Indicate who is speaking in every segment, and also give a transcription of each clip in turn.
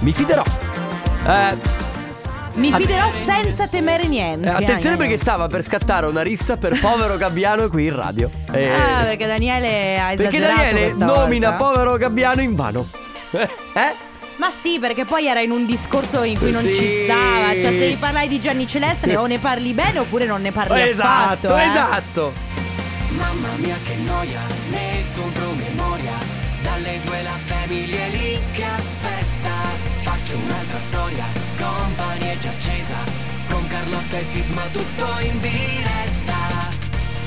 Speaker 1: Mi fiderò. Eh, s-
Speaker 2: Mi
Speaker 1: Att-
Speaker 2: fiderò senza temere niente.
Speaker 1: eh, attenzione
Speaker 2: Daniele.
Speaker 1: perché stava per scattare una rissa per povero Gabbiano qui in radio. Eh,
Speaker 2: Ah, perché Daniele ha esagerato
Speaker 1: perché Daniele
Speaker 2: questa
Speaker 1: nomina
Speaker 2: volta.
Speaker 1: povero Gabbiano in vano. eh?
Speaker 2: Ma sì, perché poi era in un discorso in cui non
Speaker 1: Sì.
Speaker 2: ci stava. Cioè, se devi parlare di Gianni Celeste, ne- o ne parli bene oppure non ne parli
Speaker 1: esatto,
Speaker 2: affatto. eh.
Speaker 1: esatto.
Speaker 3: Mamma mia che noia, metto un promemoria Dalle due la famiglia è lì che aspetta Faccio un'altra storia, company è già accesa Con Carlotta e Sisma tutto in diretta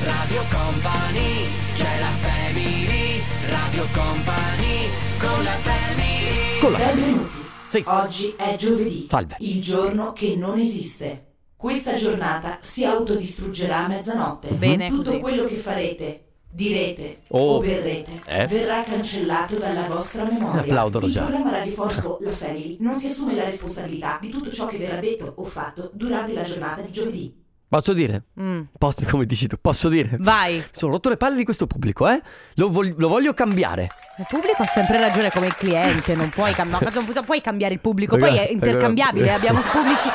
Speaker 3: Radio Company, c'è la family Radio Company, con la family
Speaker 1: Con la
Speaker 4: Benvenuti.
Speaker 1: Sì.
Speaker 4: Oggi è giovedì,
Speaker 1: Salve.
Speaker 4: il giorno che non esiste. Questa giornata si autodistruggerà a mezzanotte.
Speaker 2: Bene,
Speaker 4: Tutto
Speaker 2: così.
Speaker 4: quello che farete, direte
Speaker 1: Oh.
Speaker 4: o berrete
Speaker 1: Eh.
Speaker 4: verrà cancellato dalla vostra memoria.
Speaker 1: Applaudolo
Speaker 4: il
Speaker 1: già.
Speaker 4: programma radiofonico La Family non si assume la responsabilità di tutto ciò che verrà detto o fatto durante la giornata di giovedì.
Speaker 1: Posso dire?
Speaker 2: Mm.
Speaker 1: Posso, come dici tu, posso dire?
Speaker 2: Vai.
Speaker 1: Sono rotto le palle di questo pubblico, eh? Lo, vol- lo voglio cambiare.
Speaker 2: Il pubblico ha sempre ragione come il cliente, non puoi, cam- ma non pu- puoi cambiare il pubblico, poi è intercambiabile, abbiamo pubblici.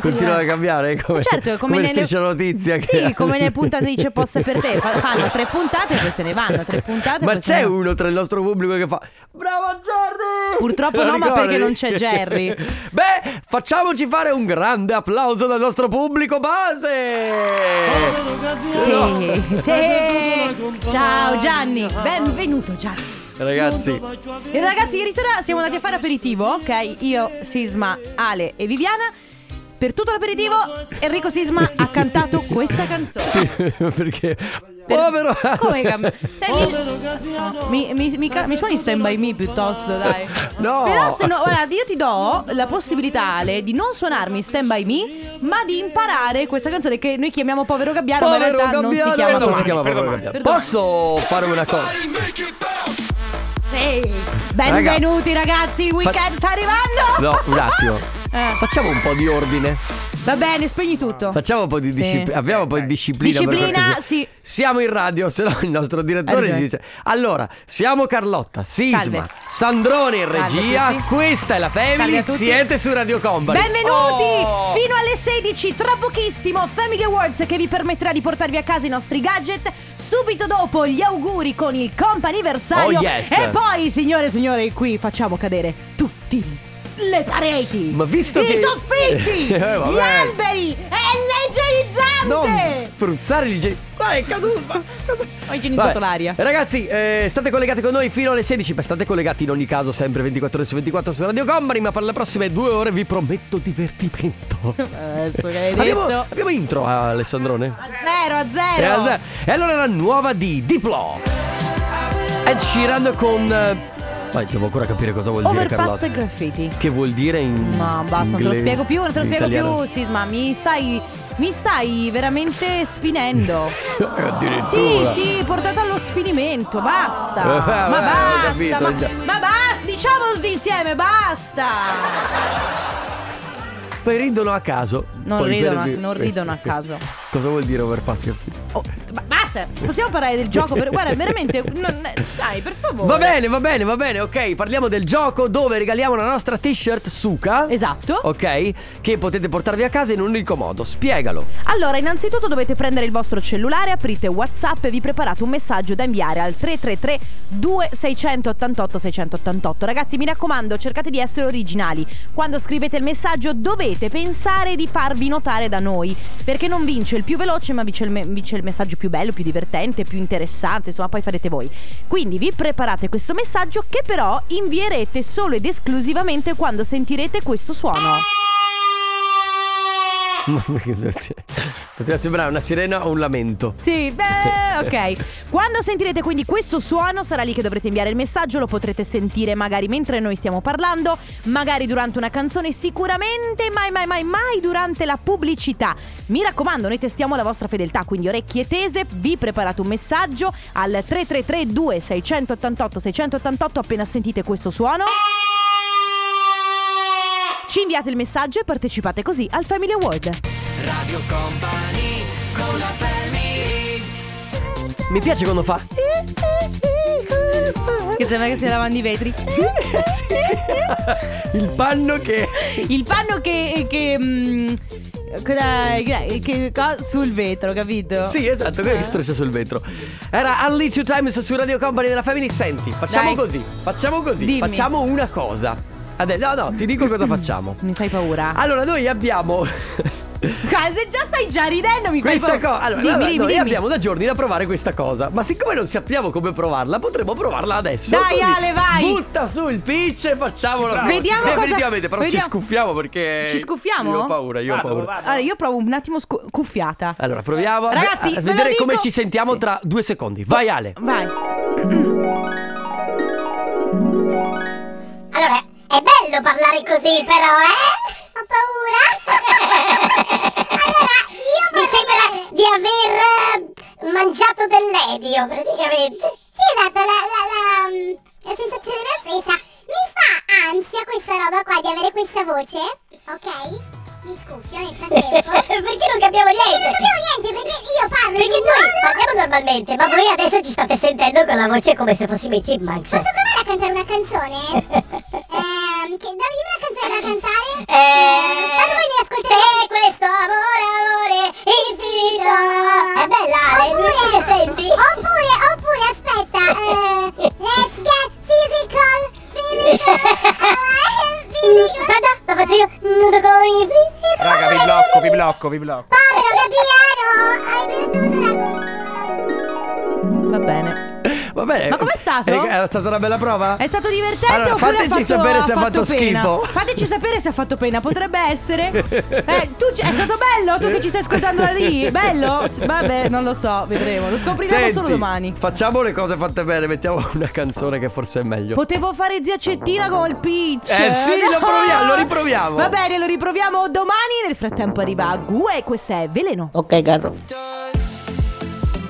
Speaker 1: Continua a cambiare come,
Speaker 2: Certo, è come,
Speaker 1: come
Speaker 2: nelle
Speaker 1: striscia la notizia che-
Speaker 2: Sì, come nelle puntate di C'è posto per te. Fa- Fanno tre puntate e poi se ne vanno. Tre puntate e
Speaker 1: Ma
Speaker 2: poi se ne
Speaker 1: c'è
Speaker 2: vanno.
Speaker 1: uno tra il nostro pubblico che fa Bravo Jerry!
Speaker 2: Purtroppo
Speaker 1: Te lo
Speaker 2: no, ma
Speaker 1: ricordi?
Speaker 2: perché non c'è Jerry.
Speaker 1: Beh, facciamoci fare un grande applauso dal nostro pubblico base!
Speaker 2: Sì, sì. Ciao Gianni, benvenuto Gianni.
Speaker 1: Ragazzi,
Speaker 2: E ragazzi, ieri sera siamo andati a fare aperitivo, ok? Io, Sisma, Ale e Viviana. Per tutto l'aperitivo Enrico Sisma ha cantato questa canzone.
Speaker 1: sì, perché...
Speaker 2: Per-
Speaker 1: Povero!
Speaker 2: Come cambia? mi, mi, mi ca- mi suoni stand by me piuttosto, dai.
Speaker 1: No.
Speaker 2: Però se no, guarda, io ti do la possibilità, Ale, di non suonarmi stand by me, ma di imparare questa canzone che noi chiamiamo Povero Gabbiano, ma in
Speaker 1: Povero
Speaker 2: realtà non si
Speaker 1: Gabbiano!
Speaker 2: chiama
Speaker 1: Eh, non si
Speaker 2: così.
Speaker 1: chiama Povero
Speaker 2: Per
Speaker 1: Gabbiano.
Speaker 2: domani.
Speaker 1: Posso fare una cosa?
Speaker 2: Sì. Benvenuti ragazzi, il weekend sta arrivando.
Speaker 1: No, un attimo.
Speaker 2: Eh,
Speaker 1: Facciamo un po' di ordine.
Speaker 2: va bene, spegni tutto.
Speaker 1: Facciamo un po' di
Speaker 2: Oh. Sì. Eh,
Speaker 1: disciplina. Abbiamo un po' di disciplina. per
Speaker 2: Disciplina,
Speaker 1: cortesia.
Speaker 2: sì.
Speaker 1: Siamo in radio, se no il nostro direttore
Speaker 2: Hai
Speaker 1: ci
Speaker 2: ragione.
Speaker 1: dice. Allora, siamo Carlotta, Sisma,
Speaker 2: Salve.
Speaker 1: Sandrone in
Speaker 2: Salve a
Speaker 1: regia.
Speaker 2: tutti.
Speaker 1: Questa è la
Speaker 2: Salve a
Speaker 1: Family.
Speaker 2: tutti.
Speaker 1: Siete su Radio Company.
Speaker 2: Benvenuti!
Speaker 1: Oh!
Speaker 2: Fino alle 16, tra pochissimo, Family Awards che vi permetterà di portarvi a casa i nostri gadget. Subito dopo gli auguri con il comp'anniversario.
Speaker 1: Oh, yes.
Speaker 2: E poi, signore e signori, qui facciamo cadere tutti le pareti.
Speaker 1: Ma visto
Speaker 2: I
Speaker 1: che-
Speaker 2: soffitti,
Speaker 1: Eh, vabbè.
Speaker 2: gli alberi e
Speaker 1: Non
Speaker 2: l'eggerizzante!
Speaker 1: spruzzare il genio. Guarda, è caduto.
Speaker 2: Ho igienizzato
Speaker 1: Vabbè.
Speaker 2: l'aria.
Speaker 1: Ragazzi, eh, state collegate con noi fino alle 16. Beh, state collegati in ogni caso, sempre 24 ore su 24 su Radio Company. Ma per le prossime due ore vi prometto divertimento.
Speaker 2: Adesso che hai
Speaker 1: Abbiamo,
Speaker 2: detto.
Speaker 1: abbiamo intro a Alessandrone?
Speaker 2: A zero, a
Speaker 1: E
Speaker 2: zero.
Speaker 1: allora- e allora la nuova di Diplo Ed Sheeran con... eh, Vai, devo ancora capire cosa vuol dire
Speaker 2: Overpass
Speaker 1: Carlotta
Speaker 2: e graffiti.
Speaker 1: Che vuol dire in
Speaker 2: No, basta, non te lo
Speaker 1: inglese,
Speaker 2: spiego più, non te lo
Speaker 1: in
Speaker 2: spiego
Speaker 1: italiano.
Speaker 2: più, Sisma, mi stai, mi stai veramente spinendo. sì,
Speaker 1: Addirittura.
Speaker 2: sì, portata allo sfinimento, basta.
Speaker 1: Eh, vabbè,
Speaker 2: ma
Speaker 1: ho
Speaker 2: basta,
Speaker 1: capito,
Speaker 2: ma,
Speaker 1: già.
Speaker 2: ma basta, diciamolo tutti insieme, basta.
Speaker 1: Poi ridono a caso
Speaker 2: Non
Speaker 1: Poi
Speaker 2: ridono,
Speaker 1: per-
Speaker 2: non ridono a caso.
Speaker 1: Cosa vuol dire overpass graffiti?
Speaker 2: Oh, ba- basta, possiamo parlare del gioco? Per- guarda, veramente, non- dai, per favore.
Speaker 1: Va bene, va bene, va bene, ok Parliamo del gioco dove regaliamo la nostra t-shirt Suka
Speaker 2: Esatto.
Speaker 1: Ok? Che potete portarvi a casa in un unico modo Spiegalo
Speaker 2: Allora, innanzitutto dovete prendere il vostro cellulare, aprite WhatsApp e vi preparate un messaggio da inviare al 333 2688 688. Ragazzi, mi raccomando, cercate di essere originali. Quando scrivete il messaggio dovete pensare di farvi notare da noi, perché non vince il più veloce, ma vince il, me- vince il messaggio più bello, più divertente, più interessante, insomma, poi farete voi. Quindi vi preparate questo messaggio che però invierete solo ed esclusivamente quando sentirete questo suono.
Speaker 1: Poteva sembrare una sirena o un lamento
Speaker 2: Sì, beh, ok. Quando sentirete quindi questo suono, sarà lì che dovrete inviare il messaggio. Lo potrete sentire magari mentre noi stiamo parlando, magari durante una canzone, sicuramente mai, mai, mai, mai durante la pubblicità. Mi raccomando, noi testiamo la vostra fedeltà, quindi orecchie tese. Vi preparate un messaggio al 3332 688 688 appena sentite questo suono. Ci inviate il messaggio e partecipate così al Family Award.
Speaker 1: Mi piace quando fa
Speaker 2: Che sembra che stia lavando i vetri.
Speaker 1: Sì, sì. Il panno che...
Speaker 2: Il panno che. che. mm, cosa- che, co- sul vetro, capito?
Speaker 1: Sì, esatto, quello che striscia sul vetro. Era Only Two Times su Radio Company della Family. Senti, facciamo
Speaker 2: Dai.
Speaker 1: così, facciamo così,
Speaker 2: Dimmi.
Speaker 1: facciamo una cosa. Adesso, no, no, ti dico cosa facciamo.
Speaker 2: Mi fai paura.
Speaker 1: Allora, noi abbiamo...
Speaker 2: Qua- Se già stai già ridendo, mi fai
Speaker 1: Questa
Speaker 2: paura.
Speaker 1: cosa. Allora,
Speaker 2: dimmi,
Speaker 1: allora,
Speaker 2: dimmi,
Speaker 1: noi
Speaker 2: dimmi.
Speaker 1: abbiamo da giorni da provare questa cosa. Ma siccome non sappiamo come provarla, potremmo provarla adesso.
Speaker 2: Dai, Ale, vai.
Speaker 1: Butta su il pitch e facciamolo.
Speaker 2: Vediamo cosa-
Speaker 1: Definitivamente, però
Speaker 2: vediamo-
Speaker 1: ci scuffiamo perché.
Speaker 2: Ci Ah. scuffiamo?
Speaker 1: Io ho paura, io ho paura.
Speaker 2: Allora, io provo un attimo scu- cuffiata.
Speaker 1: Allora, proviamo a-
Speaker 2: Ragazzi,
Speaker 1: a
Speaker 2: ve lo
Speaker 1: vedere
Speaker 2: dico-
Speaker 1: come ci sentiamo
Speaker 2: Sì.
Speaker 1: tra due secondi. Vai, Ale.
Speaker 2: Vai.
Speaker 5: Allora, è bello parlare così, però, eh? Ho paura. allora, io mi sembra di aver eh, mangiato dell'elio, praticamente. Sì, dato la, mm, sensazione della stessa. Mi fa ansia questa roba qua di avere questa voce, ok? Mi scuffio nel frattempo. perché non capiamo niente? non capiamo niente, perché io parlo Perché noi parliamo normalmente, ma voi adesso ci state sentendo con la voce come se fossimo i chipmunks. Posso provare a cantare una canzone? Ehm, che, dammi una canzone da cantare? Eh, tanto voi mi ascoltate. Se questo amore, amore, infinito. È bella, oppure, che senti? Oppure, oppure, aspetta. eh, let's get physical, physical. eh, Aspetta, lo faccio io. Nudo con i physical.
Speaker 6: Raga, vi blocco, vi blocco, vi blocco.
Speaker 5: Povero Gabbiano, hai perduto la...
Speaker 2: Va bene.
Speaker 1: Va bene.
Speaker 2: Ma com'è stato?
Speaker 1: Eh, Era stata una bella prova?
Speaker 2: È stato divertente
Speaker 1: Allora,
Speaker 2: oppure ha
Speaker 1: fateci
Speaker 2: fatto-
Speaker 1: sapere se ha fatto
Speaker 2: pena?
Speaker 1: schifo.
Speaker 2: Fateci sapere se ha fatto pena, potrebbe essere. Eh, tu ci- è stato bello, tu che ci stai ascoltando da lì? Bello? S- Vabbè, non lo so, vedremo. Lo scopriremo
Speaker 1: Senti,
Speaker 2: solo domani.
Speaker 1: Facciamo le cose fatte bene, mettiamo una canzone che forse è meglio.
Speaker 2: Potevo fare zia Cettina col pitch.
Speaker 1: Eh sì,
Speaker 2: Cioè,
Speaker 1: lo proviamo, lo riproviamo.
Speaker 2: Va bene, lo riproviamo domani. Nel frattempo arriva Gue, questa è Veleno.
Speaker 7: Ok, Carlo.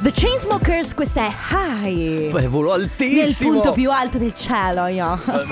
Speaker 2: The Chainsmokers, questa è High.
Speaker 1: Beh, volo
Speaker 2: Nel
Speaker 1: altissimo.
Speaker 2: punto più alto del cielo, io. No?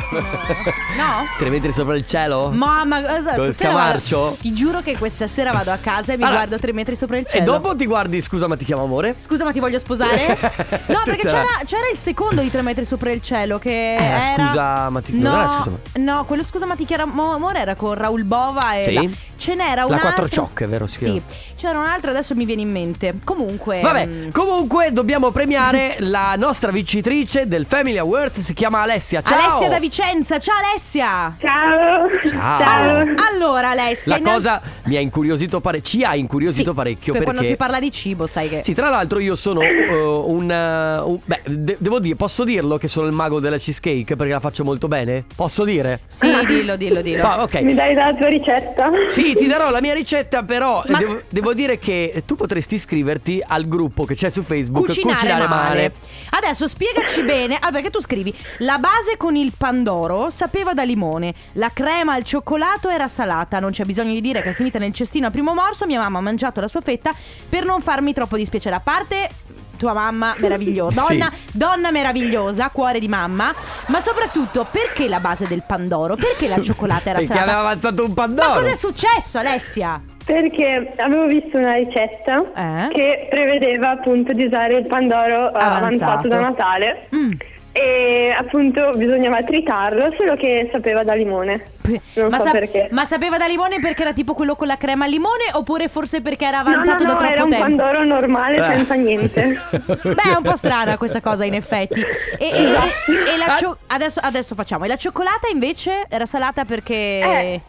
Speaker 1: Te le metti sopra il cielo?
Speaker 2: Mamma, guarda,
Speaker 1: Con
Speaker 2: stasera
Speaker 1: Scamarcio?
Speaker 2: vado- ti giuro che questa sera vado a casa e mi
Speaker 1: Allora,
Speaker 2: guardo tre metri sopra il
Speaker 1: e
Speaker 2: cielo.
Speaker 1: dopo ti guardi, scusa, ma ti chiamo amore?
Speaker 2: Scusa, ma ti voglio sposare? No, perché c'era, c'era il secondo di tre metri sopra il cielo che
Speaker 1: Era
Speaker 2: era...
Speaker 1: Eh, Scusa, ma ti- non
Speaker 2: No,
Speaker 1: era Scusa, ma-
Speaker 2: no, quello scusa, ma ti chiama amore era con Raul Bova e
Speaker 1: Sì.
Speaker 2: la- ce n'era
Speaker 1: La
Speaker 2: un'altra.
Speaker 1: quattro ciocche, vero, si
Speaker 2: Sì. C'era un'altra, adesso mi viene in mente. Comunque
Speaker 1: Vabbè,
Speaker 2: mm,
Speaker 1: comunque dobbiamo premiare la nostra vincitrice del Family Awards, si chiama Alessia. Ciao!
Speaker 2: Alessia da Vicenza, ciao Alessia!
Speaker 8: Ciao.
Speaker 1: Ciao.
Speaker 2: All- Allora Alessia,
Speaker 1: La
Speaker 2: innan-
Speaker 1: cosa mi ha incuriosito parecchio, ci ha incuriosito
Speaker 2: Sì,
Speaker 1: parecchio
Speaker 2: che
Speaker 1: perché
Speaker 2: quando si parla di cibo, sai che
Speaker 1: Sì, tra l'altro io sono eh, un, eh, un- Beh, de- devo dire, posso dirlo che sono il mago della cheesecake perché la faccio molto bene? Posso dire?
Speaker 2: Sì, dillo, dillo, dillo.
Speaker 1: Ah, ok.
Speaker 8: Mi dai la tua ricetta?
Speaker 1: Sì, ti darò la mia ricetta, però eh,
Speaker 2: Ma-
Speaker 1: devo, devo dire che tu potresti iscriverti al gruppo che c'è su Facebook
Speaker 2: Cucinare, male. Adesso spiegaci bene. Allora, perché tu scrivi: La base con il pandoro sapeva da limone, la crema al cioccolato era salata. Non c'è bisogno di dire che è finita nel cestino a primo morso. Mia mamma ha mangiato la sua fetta per non farmi troppo dispiacere. A parte. Tua mamma meravigliosa,
Speaker 1: Sì.
Speaker 2: donna, donna meravigliosa, cuore di mamma, ma soprattutto perché la base del pandoro? Perché la cioccolata era
Speaker 1: Perché
Speaker 2: salata?
Speaker 1: aveva avanzato un pandoro.
Speaker 2: Ma cos'è successo, Alessia?
Speaker 8: Perché avevo visto una ricetta
Speaker 2: Eh?
Speaker 8: che prevedeva appunto di usare il pandoro eh,
Speaker 2: Avanzato.
Speaker 8: avanzato da Natale
Speaker 2: Mm.
Speaker 8: e appunto bisognava tritarlo, solo che sapeva da limone. Non
Speaker 2: ma,
Speaker 8: so
Speaker 2: sa-
Speaker 8: perché.
Speaker 2: ma sapeva da limone perché era tipo quello con la crema al limone oppure forse perché era avanzato da
Speaker 8: no, no, no,
Speaker 2: troppo
Speaker 8: era un
Speaker 2: tempo? Eh.
Speaker 8: pandoro normale
Speaker 1: Eh.
Speaker 8: senza niente.
Speaker 2: Beh, è un po' strana questa cosa in effetti. E, e-
Speaker 8: Esatto.
Speaker 2: e- e la
Speaker 1: Ah.
Speaker 2: cio- adesso, adesso facciamo. E la cioccolata invece era salata perché...
Speaker 8: Eh.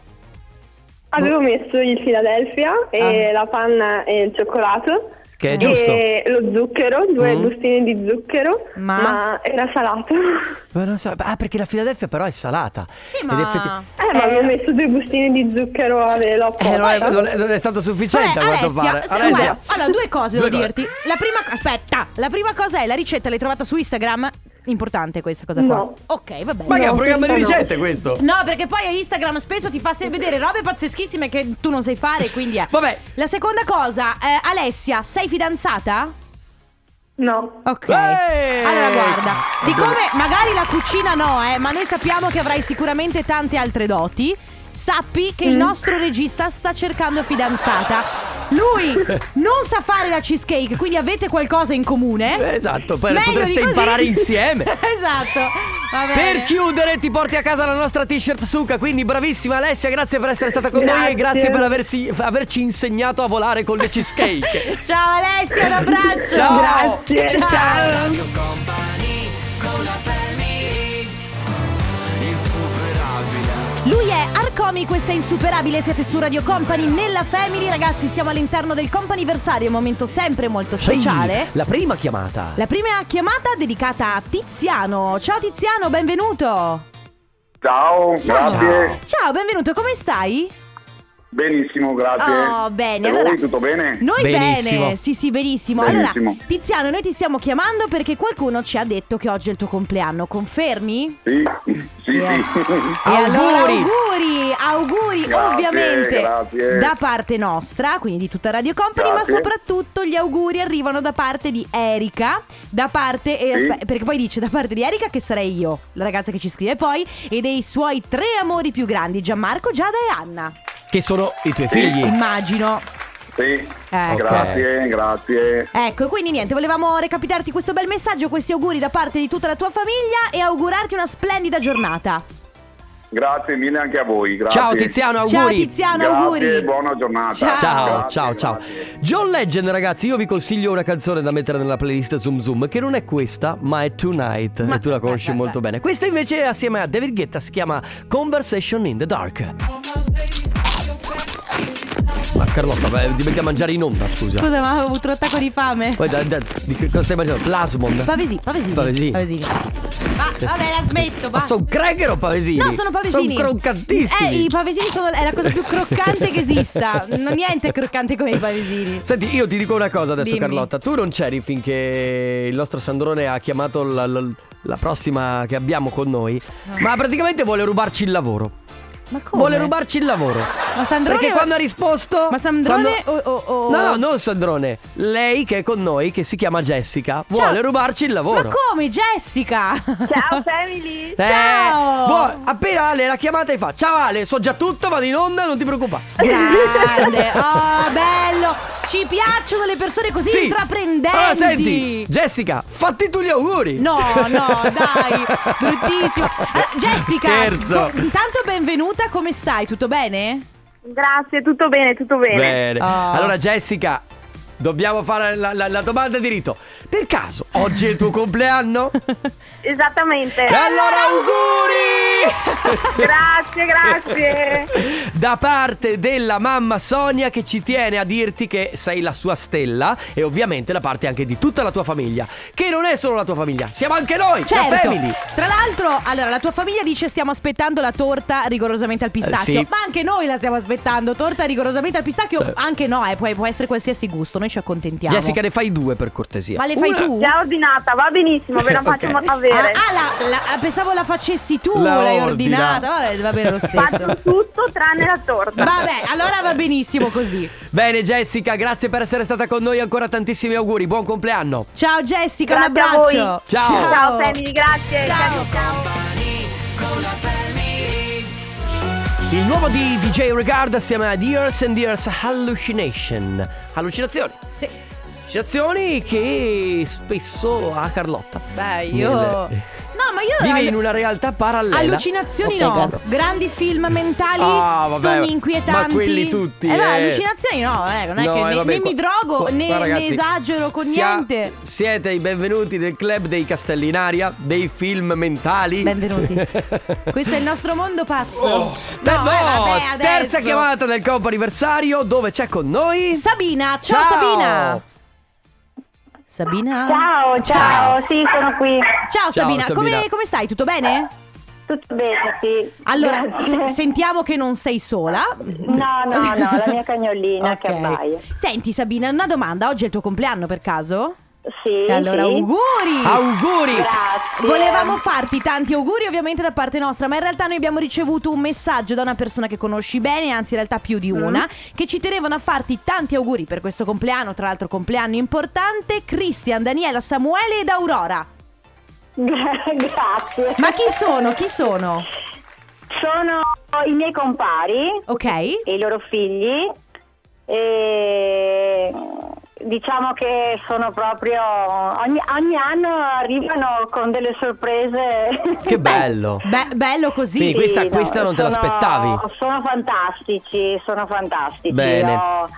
Speaker 8: Avevo messo il Philadelphia
Speaker 2: Ah.
Speaker 8: e la panna e il cioccolato.
Speaker 1: Che è giusto.
Speaker 8: E lo zucchero, due
Speaker 1: Mm.
Speaker 8: bustine di zucchero,
Speaker 2: Ma?
Speaker 8: ma era salato.
Speaker 1: Ma non so, ah, perché la Filadelfia però è salata. Sì,
Speaker 2: ma-
Speaker 8: Eh, ma avevo messo due bustine di zucchero a velo apposta.
Speaker 2: Eh,
Speaker 1: non, Eh, è, non è- non è stato sufficiente
Speaker 2: Vabbè,
Speaker 1: a quanto
Speaker 2: Alessia,
Speaker 1: pare.
Speaker 2: se- guarda, allora due cose devo dirti. La prima, aspetta, la prima cosa è la ricetta l'hai trovata su Instagram. Importante questa cosa qua.
Speaker 8: No.
Speaker 2: Ok, va bene.
Speaker 1: Ma che è un
Speaker 8: No,
Speaker 1: programma di
Speaker 8: questa no.
Speaker 1: ricette questo?
Speaker 2: No, perché poi a Instagram spesso ti fa se- vedere robe pazzeschissime che tu non sai fare, quindi è.
Speaker 1: Vabbè.
Speaker 2: La seconda cosa, eh, Alessia, sei fidanzata?
Speaker 8: No.
Speaker 2: Ok.
Speaker 1: Ehi!
Speaker 2: Allora guarda, siccome magari la cucina no, eh, ma noi sappiamo che avrai sicuramente
Speaker 8: Mm.
Speaker 2: tante altre doti, sappi che il nostro regista sta cercando fidanzata. Lui non sa fare la cheesecake, quindi avete qualcosa in comune.
Speaker 1: Eh, Esatto, per-
Speaker 2: Meglio di
Speaker 1: potreste
Speaker 2: così.
Speaker 1: imparare insieme.
Speaker 2: esatto. Va bene.
Speaker 1: Per chiudere ti porti a casa la nostra t-shirt Suka, quindi bravissima Alessia, grazie per essere stata con noi e
Speaker 8: Grazie.
Speaker 1: grazie per aversi- averci insegnato a volare con le cheesecake.
Speaker 2: Ciao Alessia, un abbraccio.
Speaker 1: Ciao.
Speaker 8: Grazie, ciao.
Speaker 2: Lui è Arcomi, questa è Insuperabile, siete su Radio Company nella Family, ragazzi siamo all'interno del companiversario, un momento sempre molto speciale.
Speaker 1: Sì, la prima chiamata.
Speaker 2: La prima chiamata dedicata a Tiziano. Ciao Tiziano, benvenuto.
Speaker 7: Ciao, grazie.
Speaker 2: Ciao, benvenuto, come stai?
Speaker 7: Benissimo, grazie.
Speaker 2: Oh, bene.
Speaker 7: E
Speaker 2: allora,
Speaker 7: voi tutto bene?
Speaker 2: Noi
Speaker 1: Benissimo.
Speaker 2: bene, sì, sì, benissimo. Allora,
Speaker 7: Benissimo.
Speaker 2: Tiziano, noi ti stiamo chiamando perché qualcuno ci ha detto che oggi è il tuo compleanno, confermi?
Speaker 7: Sì, sì,
Speaker 2: Eh.
Speaker 7: sì.
Speaker 2: E allora,
Speaker 1: Auguri.
Speaker 2: auguri, auguri
Speaker 7: Grazie,
Speaker 2: ovviamente
Speaker 7: grazie.
Speaker 2: da parte nostra, quindi di tutta Radio Company,
Speaker 7: Grazie.
Speaker 2: ma soprattutto gli auguri arrivano da parte di Erika, da parte, eh,
Speaker 7: Sì.
Speaker 2: aspe- perché poi dice da parte di Erika che sarei io, la ragazza che ci scrive poi, e dei suoi tre amori più grandi, Gianmarco, Giada e Anna,
Speaker 1: Che sono i tuoi figli.
Speaker 2: immagino.
Speaker 7: sì.
Speaker 2: Ecco.
Speaker 7: Grazie, grazie.
Speaker 2: Ecco, e quindi niente, volevamo recapitarti questo bel messaggio, questi auguri da parte di tutta la tua famiglia e augurarti una splendida giornata.
Speaker 7: Grazie mille anche a voi. Grazie.
Speaker 1: Ciao Tiziano, auguri.
Speaker 2: Ciao Tiziano,
Speaker 7: Grazie,
Speaker 2: auguri.
Speaker 7: buona giornata.
Speaker 2: Ciao.
Speaker 1: Ciao,
Speaker 7: Grazie,
Speaker 1: ciao, ciao.
Speaker 7: grazie.
Speaker 1: John Legend, ragazzi, io vi consiglio una canzone da mettere nella playlist Zoom Zoom, che non è questa, ma è Tonight.
Speaker 2: Ma-
Speaker 1: e tu la conosci
Speaker 2: eh, eh,
Speaker 1: molto
Speaker 2: eh.
Speaker 1: bene. Questa invece, assieme a David Guetta, si chiama Conversation in the Dark. Ma Carlotta, beh, ti metti a mangiare in onda, scusa.
Speaker 2: Scusa, ma ho avuto un attacco di fame.
Speaker 1: Poi da- da- di che cosa stai mangiando? Plasmon.
Speaker 2: Pavesini, pavesini.
Speaker 1: Pavesini.
Speaker 2: Va, vabbè, la smetto,
Speaker 1: Ma
Speaker 2: basta.
Speaker 1: sono cracker o pavesini?
Speaker 2: No, sono pavesini.
Speaker 1: Sono croccantissimi.
Speaker 2: Eh, i pavesini sono è la cosa più croccante che esista. Non niente è croccante come i pavesini.
Speaker 1: Senti, io ti dico una cosa adesso,
Speaker 2: Dimmi.
Speaker 1: Carlotta. Tu non c'eri finché il nostro Sandrone ha chiamato la, la- la prossima che abbiamo con noi. Ma praticamente vuole rubarci il lavoro.
Speaker 2: Ma Ah. come?
Speaker 1: Vuole rubarci il lavoro.
Speaker 2: Ma Sandrone
Speaker 1: Perché quando ha risposto.
Speaker 2: Ma Sandrone
Speaker 1: quando-
Speaker 2: o- o- o-
Speaker 1: No, no, non Sandrone. Lei che è con noi, che si chiama Jessica,
Speaker 2: Ciao.
Speaker 1: vuole rubarci il lavoro.
Speaker 2: Ma come, Jessica?
Speaker 8: Ciao family.
Speaker 1: Eh,
Speaker 2: Ciao!
Speaker 1: vuole- appena Ale l'ha chiamata e fa: Ciao Ale, so già tutto, vado in onda, non ti preoccupare.
Speaker 2: Grande, oh, bello. Ci piacciono le persone così
Speaker 1: Sì.
Speaker 2: intraprendenti.
Speaker 1: Allora, senti, Jessica, fatti tu gli auguri.
Speaker 2: No, no, dai, bruttissimo. Allora, Jessica,
Speaker 1: Scherzo.
Speaker 2: co- intanto benvenuta, come stai? Tutto bene?
Speaker 8: Grazie, tutto bene, tutto bene.
Speaker 1: Bene.
Speaker 2: Ah.
Speaker 1: Allora, Jessica, dobbiamo fare la, la- la domanda di rito. Per caso, oggi è il tuo compleanno?
Speaker 2: Eh.
Speaker 8: Esattamente.
Speaker 1: E allora auguri!
Speaker 8: grazie, grazie.
Speaker 1: Da parte della mamma Sonia che ci tiene a dirti che sei la sua stella e ovviamente da parte anche di tutta la tua famiglia, che non è solo la tua famiglia, siamo anche noi,
Speaker 2: Certo.
Speaker 1: la family.
Speaker 2: Tra l'altro, allora, la tua famiglia dice stiamo aspettando la torta rigorosamente al pistacchio.
Speaker 1: Eh, sì.
Speaker 2: Ma anche noi la stiamo aspettando. Torta rigorosamente al pistacchio, anche no, eh, può, può essere qualsiasi gusto, noi ci accontentiamo.
Speaker 1: Jessica, ne fai due per cortesia.
Speaker 2: ma le fai
Speaker 1: Una-
Speaker 2: tu?
Speaker 8: Già ordinata, va benissimo, ve la faccio
Speaker 1: Ok.
Speaker 8: avere.
Speaker 2: Uh. Ah, ah, la- la- pensavo la facessi tu,
Speaker 1: La
Speaker 2: l'hai
Speaker 1: ordina.
Speaker 2: ordinata. Vabbè, va bene lo
Speaker 8: Faccio
Speaker 2: stesso.
Speaker 8: tutto tranne la torta.
Speaker 2: Vabbè, allora va benissimo così.
Speaker 1: Bene Jessica, grazie per essere stata con noi, ancora tantissimi auguri, buon compleanno.
Speaker 2: Ciao Jessica, un
Speaker 8: Grazie a
Speaker 2: abbraccio.
Speaker 8: voi.
Speaker 1: Ciao.
Speaker 8: Ciao family, grazie.
Speaker 2: Ciao.
Speaker 8: ciao.
Speaker 1: Il nuovo di DJ Regard assieme a Dears and Dears Hallucination. Allucinazioni.
Speaker 2: Sì.
Speaker 1: Allucinazioni che spesso ha Carlotta.
Speaker 2: Beh, io. No,
Speaker 1: Nel-
Speaker 2: ma io.
Speaker 1: Vive in una realtà parallela.
Speaker 2: Allucinazioni
Speaker 1: Ok,
Speaker 2: no,
Speaker 1: Carlo.
Speaker 2: grandi film mentali
Speaker 1: Ah, vabbè,
Speaker 2: sono inquietanti.
Speaker 1: ma quelli tutti,
Speaker 2: Eh, no,
Speaker 1: eh.
Speaker 2: allucinazioni no, eh, non è
Speaker 1: No,
Speaker 2: che
Speaker 1: eh,
Speaker 2: ne-
Speaker 1: vabbè,
Speaker 2: né mi
Speaker 1: qua-
Speaker 2: drogo
Speaker 1: qua-
Speaker 2: né,
Speaker 1: qua, ragazzi,
Speaker 2: né esagero con
Speaker 1: sia-
Speaker 2: niente.
Speaker 1: Siete i benvenuti del club dei Castelli in aria, dei film mentali.
Speaker 2: Benvenuti. Questo è il nostro mondo pazzo.
Speaker 1: Te-
Speaker 2: No, eh, vabbè, adesso.
Speaker 1: Oh. terza chiamata del compo anniversario dove c'è con noi
Speaker 2: Sabina, ciao, Sabina. Sabina.
Speaker 8: Ciao, ciao, sì, sono qui.
Speaker 2: Ciao, Sabina,
Speaker 1: Sabina.
Speaker 2: Come, come stai? Tutto bene?
Speaker 8: Tutto bene, sì.
Speaker 2: Allora,
Speaker 8: Grazie.
Speaker 2: se- sentiamo che non sei sola.
Speaker 8: No, no, no, la mia cagnolina che
Speaker 2: Ok.
Speaker 8: abbaia.
Speaker 2: Senti Sabina, una domanda, oggi è il tuo compleanno per caso?
Speaker 8: Sì.
Speaker 2: E allora
Speaker 8: sì.
Speaker 2: auguri!
Speaker 1: Auguri!
Speaker 8: Grazie.
Speaker 2: Volevamo farti tanti auguri ovviamente da parte nostra, ma in realtà noi abbiamo ricevuto un messaggio da una persona che conosci bene, anzi in realtà più
Speaker 8: Mm.
Speaker 2: di una, che ci tenevano a farti tanti auguri per questo compleanno, tra l'altro compleanno importante, Cristian, Daniela, Samuele ed Aurora.
Speaker 8: Gra- Grazie.
Speaker 2: Ma chi sono? Chi sono?
Speaker 8: Sono i miei compari
Speaker 2: Ok?
Speaker 8: e i loro figli
Speaker 9: e diciamo che sono proprio ogni, ogni anno arrivano con delle sorprese
Speaker 1: Che bello.
Speaker 2: Be- bello così.
Speaker 1: Quindi questa- questa non te
Speaker 9: sono-
Speaker 1: l'aspettavi?
Speaker 9: Sono fantastici, sono fantastici.
Speaker 1: Bene.
Speaker 9: Ho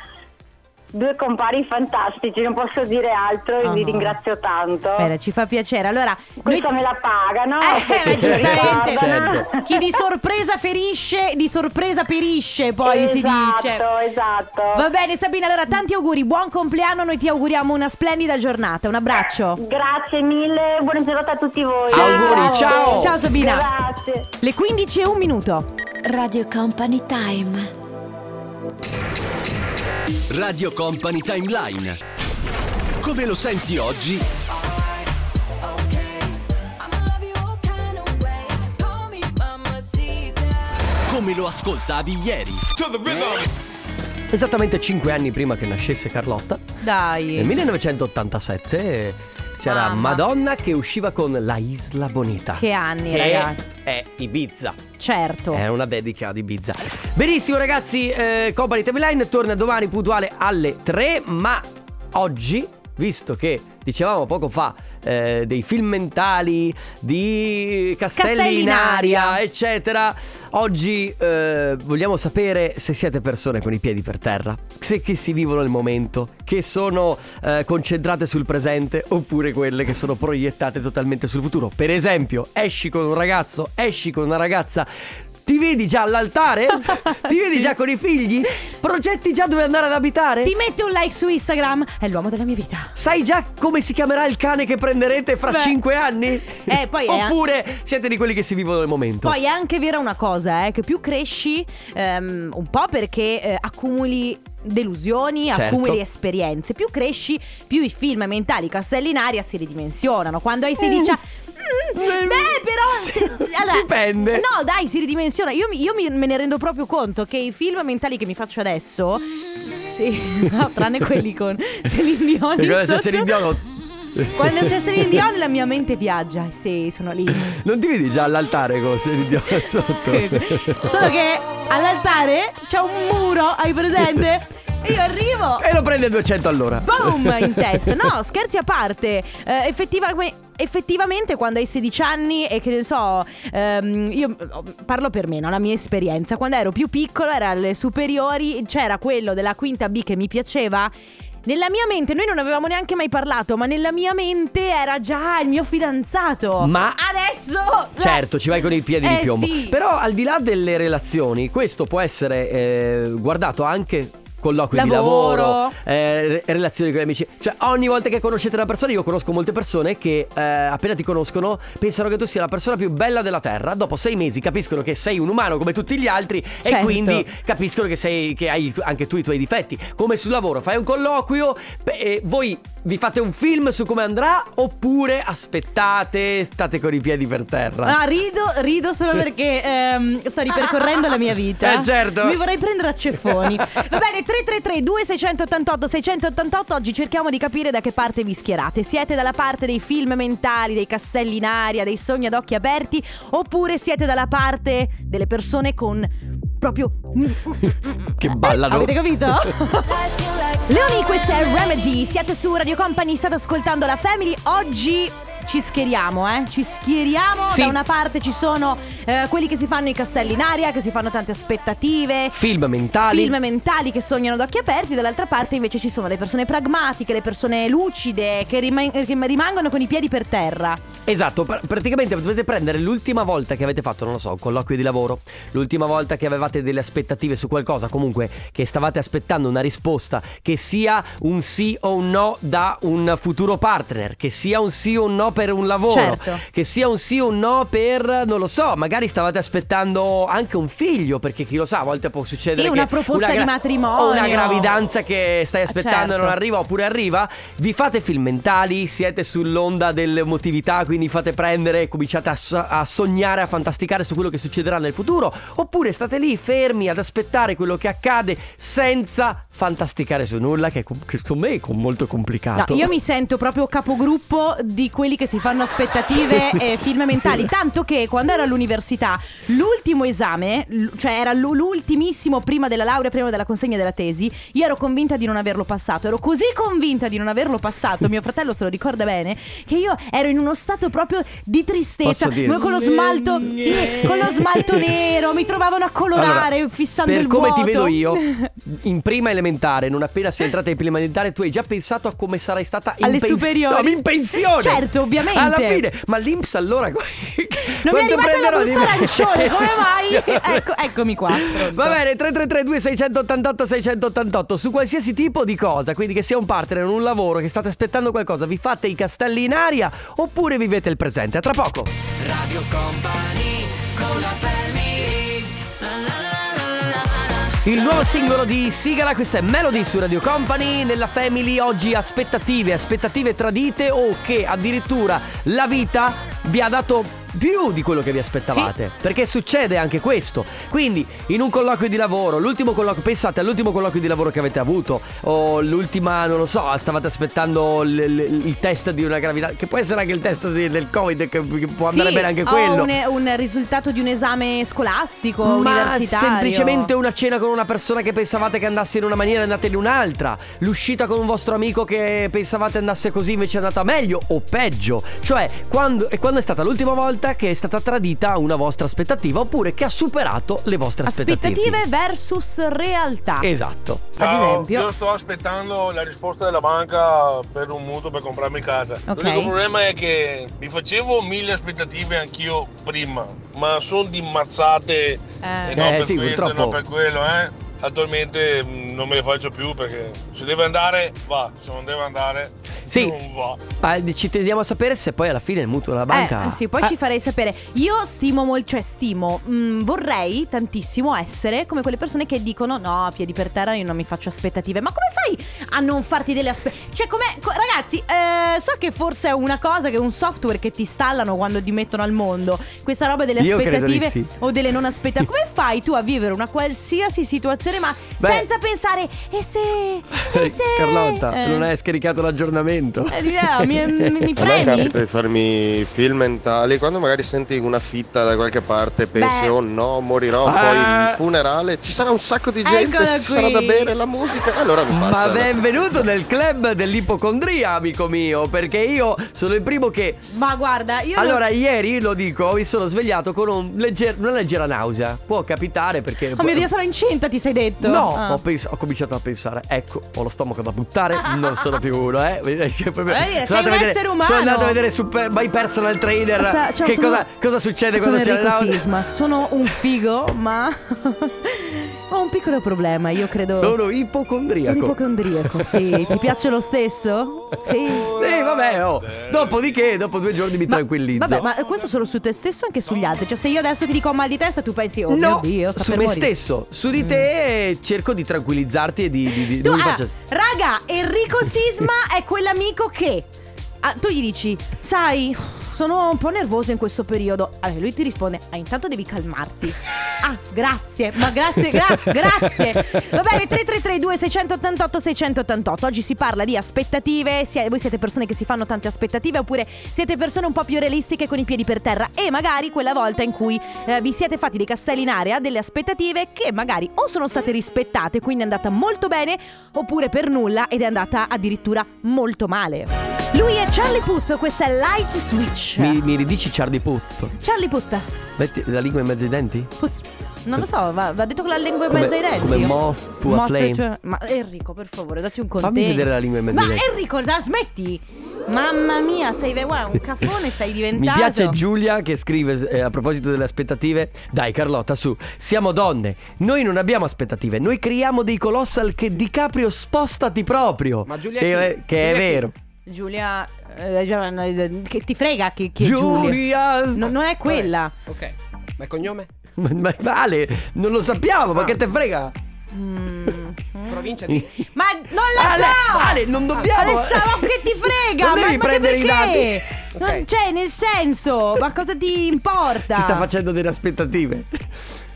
Speaker 9: due compari fantastici, non posso dire altro e
Speaker 2: Ah.
Speaker 9: vi ringrazio tanto.
Speaker 2: Bene, ci fa piacere. Allora, noi...
Speaker 9: Questa me la pagano.
Speaker 2: Eh, beh, giustamente.
Speaker 1: Ah, Certo.
Speaker 2: Chi di sorpresa ferisce, di sorpresa perisce, poi si dice.
Speaker 9: Esatto, esatto.
Speaker 2: Va bene Sabina, allora tanti auguri, buon compleanno, noi ti auguriamo una splendida giornata, un abbraccio.
Speaker 9: Grazie mille, buona giornata a tutti voi.
Speaker 1: Ciao. Auguri, ciao.
Speaker 2: Ciao Sabina.
Speaker 9: Grazie.
Speaker 2: Le 15 e un minuto.
Speaker 10: Radio Company Time.
Speaker 3: Radio Company Timeline. Come lo senti oggi? Come lo ascoltavi ieri?
Speaker 1: Esattamente 5 anni prima che nascesse Carlotta, nel
Speaker 2: Dai.
Speaker 1: 1987 c'era
Speaker 2: Mamma.
Speaker 1: Madonna che usciva con La Isla Bonita.
Speaker 2: Che anni,
Speaker 1: che
Speaker 2: ragazzi.
Speaker 1: è Ibiza.
Speaker 2: Certo.
Speaker 1: È una dedica ad Ibiza. Benissimo, ragazzi. Eh, Company Timeline torna domani puntuale alle 3. Ma oggi, visto che dicevamo poco fa eh, dei film mentali di Castelli,
Speaker 2: Castelli in
Speaker 1: in aria,
Speaker 2: aria.
Speaker 1: eccetera, oggi eh, vogliamo sapere se siete persone con i piedi per terra, se che si vivono il momento, che sono eh, concentrate sul presente oppure quelle che sono proiettate totalmente sul futuro. Per esempio, esci con un ragazzo, esci con una ragazza. Ti vedi già all'altare? Ti vedi già con i figli? Progetti già dove andare ad abitare?
Speaker 2: Ti mette un like su Instagram, è l'uomo della mia vita.
Speaker 1: Sai già come si chiamerà il cane che prenderete fra
Speaker 2: Beh.
Speaker 1: 5 anni?
Speaker 2: Eh, poi è-
Speaker 1: Oppure siete di quelli che si vivono il momento?
Speaker 2: Poi è anche vera una cosa, eh, che più cresci, ehm, un po' perché eh, accumuli delusioni,
Speaker 1: Certo.
Speaker 2: accumuli esperienze, più cresci, più i film mentali Castelli in aria si ridimensionano. Quando hai 16 anni... Mm,
Speaker 1: Eh,
Speaker 2: beh, però...
Speaker 1: sì,
Speaker 2: se- allora-
Speaker 1: dipende.
Speaker 2: No, dai, si ridimensiona. Io, mi- io mi- me ne rendo proprio conto che i film mentali che mi faccio adesso... s- Sì, no, tranne quelli con Celine Dion.
Speaker 1: Perché adesso
Speaker 2: sotto.
Speaker 1: se rindiamo-
Speaker 2: Quando c'è Celine Dion la mia mente viaggia. Sì, sono lì.
Speaker 1: Non ti vedi già all'altare con se rindiamo da sotto?
Speaker 2: Solo che all'altare c'è un muro, hai presente? E io arrivo,
Speaker 1: E lo prende a 200 all'ora.
Speaker 2: boom, in testa. No, scherzi a parte. eh, effettiva- Effettivamente quando hai 16 anni e che ne so, ehm, io parlo per me, no? la mia esperienza, quando ero più piccolo, era alle superiori, c'era quello della quinta B che mi piaceva. Nella mia mente, noi non avevamo neanche mai parlato, ma nella mia mente era già il mio fidanzato.
Speaker 1: Ma-
Speaker 2: adesso...
Speaker 1: Certo, ci vai con i piedi di
Speaker 2: Eh,
Speaker 1: piombo.
Speaker 2: sì.
Speaker 1: Però al di là delle relazioni, questo può essere eh, guardato anche colloqui
Speaker 2: Lavoro.
Speaker 1: di lavoro, eh, re- relazioni con gli amici. Cioè, ogni volta che conoscete una persona, io conosco molte persone che eh, appena ti conoscono pensano che tu sia la persona più bella della Terra. Dopo sei mesi capiscono che sei un umano come tutti gli altri e
Speaker 2: Certo.
Speaker 1: quindi capiscono che, sei, che hai tu- anche tu i tuoi difetti. Come sul lavoro, fai un colloquio pe- e voi vi fate un film su come andrà oppure aspettate, state con i piedi per terra.
Speaker 2: Ah, rido, rido solo perché ehm, sto ripercorrendo la mia vita.
Speaker 1: Eh, certo.
Speaker 2: Mi vorrei prendere a ceffoni. Va bene, 333 2688 688 oggi cerchiamo di capire da che parte vi schierate. Siete dalla parte dei film mentali, dei castelli in aria, dei sogni ad occhi aperti oppure siete dalla parte delle persone con proprio
Speaker 1: che ballano.
Speaker 2: Avete capito? Leoni, questa è Remedy, siete su Radio Company, state ascoltando la Family. Oggi ci schieriamo, eh? Ci schieriamo.
Speaker 1: Sì.
Speaker 2: Da una parte ci sono eh, quelli che si fanno i castelli in aria, che si fanno tante aspettative.
Speaker 1: Film mentali.
Speaker 2: Film mentali che sognano ad occhi aperti, dall'altra parte invece ci sono le persone pragmatiche, le persone lucide che, riman- che rimangono con i piedi per terra.
Speaker 1: Esatto, pr- praticamente dovete prendere l'ultima volta che avete fatto, non lo so, un colloquio di lavoro, l'ultima volta che avevate delle aspettative su qualcosa, comunque che stavate aspettando una risposta che sia un sì o un no da un futuro partner, che sia un sì o un no per un lavoro,
Speaker 2: Certo.
Speaker 1: che sia un sì o un no per, non lo so, magari stavate aspettando anche un figlio, perché chi lo sa, a volte può succedere
Speaker 2: Sì,
Speaker 1: che
Speaker 2: una proposta di matrimonio.
Speaker 1: o una gravidanza che stai aspettando e
Speaker 2: Certo.
Speaker 1: non arriva oppure arriva, vi fate film mentali, siete sull'onda dell'emotività, quindi fate prendere e cominciate a, so- a sognare, a fantasticare su quello che succederà nel futuro, oppure state lì fermi ad aspettare quello che accade senza fantasticare su nulla, che, com- che secondo me è com- molto
Speaker 2: No,
Speaker 1: complicato.
Speaker 2: io mi sento proprio capogruppo di quelli che si fanno aspettative e film mentali. Tanto che quando ero all'università, l'ultimo esame, l- cioè era l- l'ultimissimo prima della laurea, prima della consegna della tesi, io ero convinta di non averlo passato. Ero così convinta di non averlo passato, mio fratello se lo ricorda bene, che io ero in uno stato proprio di tristezza.
Speaker 1: Posso dire?
Speaker 2: Con lo smalto, sì, con lo smalto nero, mi trovavano a colorare
Speaker 1: Allora,
Speaker 2: fissando
Speaker 1: per
Speaker 2: il
Speaker 1: come
Speaker 2: vuoto.
Speaker 1: ti vedo io, in prima elementare, non appena sei entrata in prima elementare, tu hai già pensato a come sarai stata in
Speaker 2: Alle
Speaker 1: pens-
Speaker 2: superiori.
Speaker 1: No, in pensione.
Speaker 2: Certo, ovviamente.
Speaker 1: Alla fine, ma l'Inps allora Non
Speaker 2: Non mi è arrivata la busta arancione, come mai? Ecco, eccomi qua. pronto.
Speaker 1: Va bene, 3332 688 688 su qualsiasi tipo di cosa, quindi che sia un partner, un lavoro, che state aspettando qualcosa, vi fate i castelli in aria oppure vivete il presente. A tra poco. Il nuovo singolo di Sigala, questa è Melody su Radio Company, nella Family oggi aspettative, aspettative tradite o che addirittura la vita vi ha dato più di quello che vi aspettavate, perché succede anche questo. Quindi in un colloquio di lavoro, l'ultimo colloquio, pensate all'ultimo colloquio di lavoro che avete avuto o l'ultima, non lo so, stavate aspettando l- l- il test di una gravidanza, che può essere anche il test di- del Covid, che, che può andare
Speaker 2: Sì, Oh,
Speaker 1: bene anche
Speaker 2: o
Speaker 1: quello.
Speaker 2: Un, un risultato di un esame scolastico,
Speaker 1: Ma
Speaker 2: universitario.
Speaker 1: semplicemente una cena con una persona che pensavate che andasse in una maniera e andate in un'altra. L'uscita con un vostro amico che pensavate andasse così invece è andata meglio o peggio. Cioè, quando, e quando è stata l'ultima volta che è stata tradita una vostra aspettativa oppure che ha superato le vostre aspettative?
Speaker 2: Aspettative versus realtà.
Speaker 1: Esatto.
Speaker 2: Ad esempio.
Speaker 11: io sto aspettando la risposta della banca per un mutuo per comprarmi casa.
Speaker 2: Ok.
Speaker 11: L'unico problema è che mi facevo mille aspettative anch'io prima, ma sono dimazzate
Speaker 2: Eh.
Speaker 11: e no
Speaker 1: Eh,
Speaker 11: per
Speaker 1: sì,
Speaker 11: questo e
Speaker 1: purtroppo.
Speaker 11: no per quello, eh. Attualmente mh, non me le faccio più perché se deve andare va, se non deve andare
Speaker 1: Sì.
Speaker 11: non va.
Speaker 1: Ma ci teniamo a sapere se poi alla fine il mutuo della banca.
Speaker 2: Eh, sì, poi
Speaker 1: Eh,
Speaker 2: ci farei sapere. Io stimo molto, cioè stimo, mm, vorrei tantissimo essere come quelle persone che dicono no, piedi per terra, io non mi faccio aspettative. Ma come fai a non farti delle aspettative? Cioè, come ragazzi, eh, so che forse è una cosa che è un software che ti installano quando ti mettono al mondo, questa roba delle
Speaker 1: Io credo di
Speaker 2: aspettative
Speaker 1: sì.
Speaker 2: o delle non aspettative. Come fai tu a vivere una qualsiasi situazione ma
Speaker 1: Beh.
Speaker 2: senza pensare e se e se
Speaker 1: Carlotta,
Speaker 2: Eh.
Speaker 1: tu non hai scaricato l'aggiornamento.
Speaker 2: Eh, no, mi, mi, mi
Speaker 12: A me
Speaker 2: premi?
Speaker 12: capita di farmi film mentali quando magari senti una fitta da qualche parte e pensi
Speaker 2: Beh.
Speaker 12: oh no morirò poi
Speaker 1: Ah,
Speaker 12: il funerale ci sarà un sacco di gente
Speaker 2: Eccola
Speaker 12: ci sarà da
Speaker 2: qui.
Speaker 12: bere la musica e allora mi passa
Speaker 1: Ma benvenuto nel club dell'ipocondria, amico mio, perché io sono il primo che
Speaker 2: Ma guarda, io
Speaker 1: Allora, ieri lo dico, mi sono svegliato con un legger- una leggera nausea. Può capitare perché.
Speaker 2: Oh mio Dio, sono incinta, ti sei detto?
Speaker 1: eh, No,
Speaker 2: Ah.
Speaker 1: ho, pens- ho cominciato a pensare, ecco, ho lo stomaco da buttare, non sono più uno, eh. Sono
Speaker 2: sei
Speaker 1: andato a
Speaker 2: un
Speaker 1: vedere-
Speaker 2: essere umano.
Speaker 1: Sono andato a vedere super, My Personal Trainer.
Speaker 2: Sa- ciao,
Speaker 1: che
Speaker 2: Cioè, sono-
Speaker 1: cosa, cosa succede
Speaker 2: sono
Speaker 1: quando si
Speaker 2: Enrico
Speaker 1: allena-
Speaker 2: Sisma, sono un figo, ma ho un piccolo problema, io credo.
Speaker 1: Sono ipocondriaco.
Speaker 2: Sono ipocondriaco, sì. Ti piace lo stesso? Sì.
Speaker 1: Sì, vabbè, oh. Dopodiché, dopo due giorni mi tranquillizzo.
Speaker 2: Vabbè, ma questo solo su te stesso o anche sugli altri? Cioè, se io adesso ti dico ho mal di testa, tu pensi, oh mio
Speaker 1: No,
Speaker 2: Dio, sta
Speaker 1: su
Speaker 2: per
Speaker 1: me
Speaker 2: morire. Mm.
Speaker 1: stesso, su di te cerco di tranquillizzarti e di... di, di
Speaker 2: Tu,
Speaker 1: non mi
Speaker 2: ah,
Speaker 1: faccio-
Speaker 2: raga, Enrico Sisma è quell'amico che ah, tu gli dici, sai, sono un po' nervoso in questo periodo. Allora lui ti risponde, ah, intanto devi calmarti. Ah, grazie, ma grazie, gra- grazie. Va bene, 3332 688 688. Oggi si parla di aspettative, si- voi siete persone che si fanno tante aspettative oppure siete persone un po' più realistiche con i piedi per terra e magari quella volta in cui eh, vi siete fatti dei castelli in aria, delle aspettative che magari o sono state rispettate, quindi è andata molto bene, oppure per nulla ed è andata addirittura molto male. Lui è Charlie Puth, questa è Light Switch.
Speaker 1: Mi, mi ridici Charlie Puth?
Speaker 2: Charlie Puth,
Speaker 1: Metti la lingua in mezzo ai denti?
Speaker 2: Puth. Non lo so, va, va detto con la lingua in
Speaker 1: Come-
Speaker 2: mezzo ai denti.
Speaker 1: come moth to a
Speaker 2: Moth,
Speaker 1: flame.
Speaker 2: cioè- ma Enrico, per favore, datti un contegno.
Speaker 1: Fammi vedere la lingua in mezzo
Speaker 2: Ma
Speaker 1: ai denti.
Speaker 2: Enrico, la smetti! Mamma mia, sei guarda, un cafone stai diventando.
Speaker 1: Mi piace Giulia che scrive eh, a proposito delle aspettative. Dai Carlotta, su, siamo donne. Noi non abbiamo aspettative, noi creiamo dei colossal che DiCaprio spostati proprio.
Speaker 2: Ma Giulia
Speaker 1: Eh,
Speaker 2: chi?
Speaker 1: eh, che è
Speaker 2: Giulia chi?
Speaker 1: vero.
Speaker 2: Giulia. eh, Giovanna, eh, che ti frega chi, chi è Giulia?
Speaker 1: Giulia!
Speaker 2: No, non è quella.
Speaker 13: Ok. Ma il cognome?
Speaker 1: Ma, ma-
Speaker 2: Ah.
Speaker 1: vale, non lo sappiamo, ma che te frega?
Speaker 2: Mm.
Speaker 13: Provincia di...
Speaker 2: Ma Non la
Speaker 1: Ale,
Speaker 2: so!
Speaker 1: Ale, non dobbiamo-
Speaker 2: Alessandro, ma che ti frega!
Speaker 1: Non
Speaker 2: ma,
Speaker 1: devi
Speaker 2: ma che
Speaker 1: prendere i
Speaker 2: perché?
Speaker 1: dati.
Speaker 2: Non
Speaker 1: Ok.
Speaker 2: c'è nel senso, ma cosa ti importa?
Speaker 1: Si sta facendo delle aspettative.